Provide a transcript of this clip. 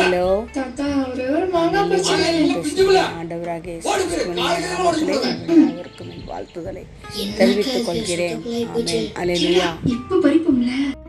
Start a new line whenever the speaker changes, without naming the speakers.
Hello
தாத்தா ஒரே ஒரு மாங்காய் பச்சடி
ஆண்டவராக இயேசு கிறிஸ்துவின் நாமத்திலே உங்கள் அனைவருக்கும் என் வாழ்த்துதலை தெரிவித்துக் கொள்கிறேன் ஆமென். அல்லேலூயா
இப்ப பறிப்போம்ல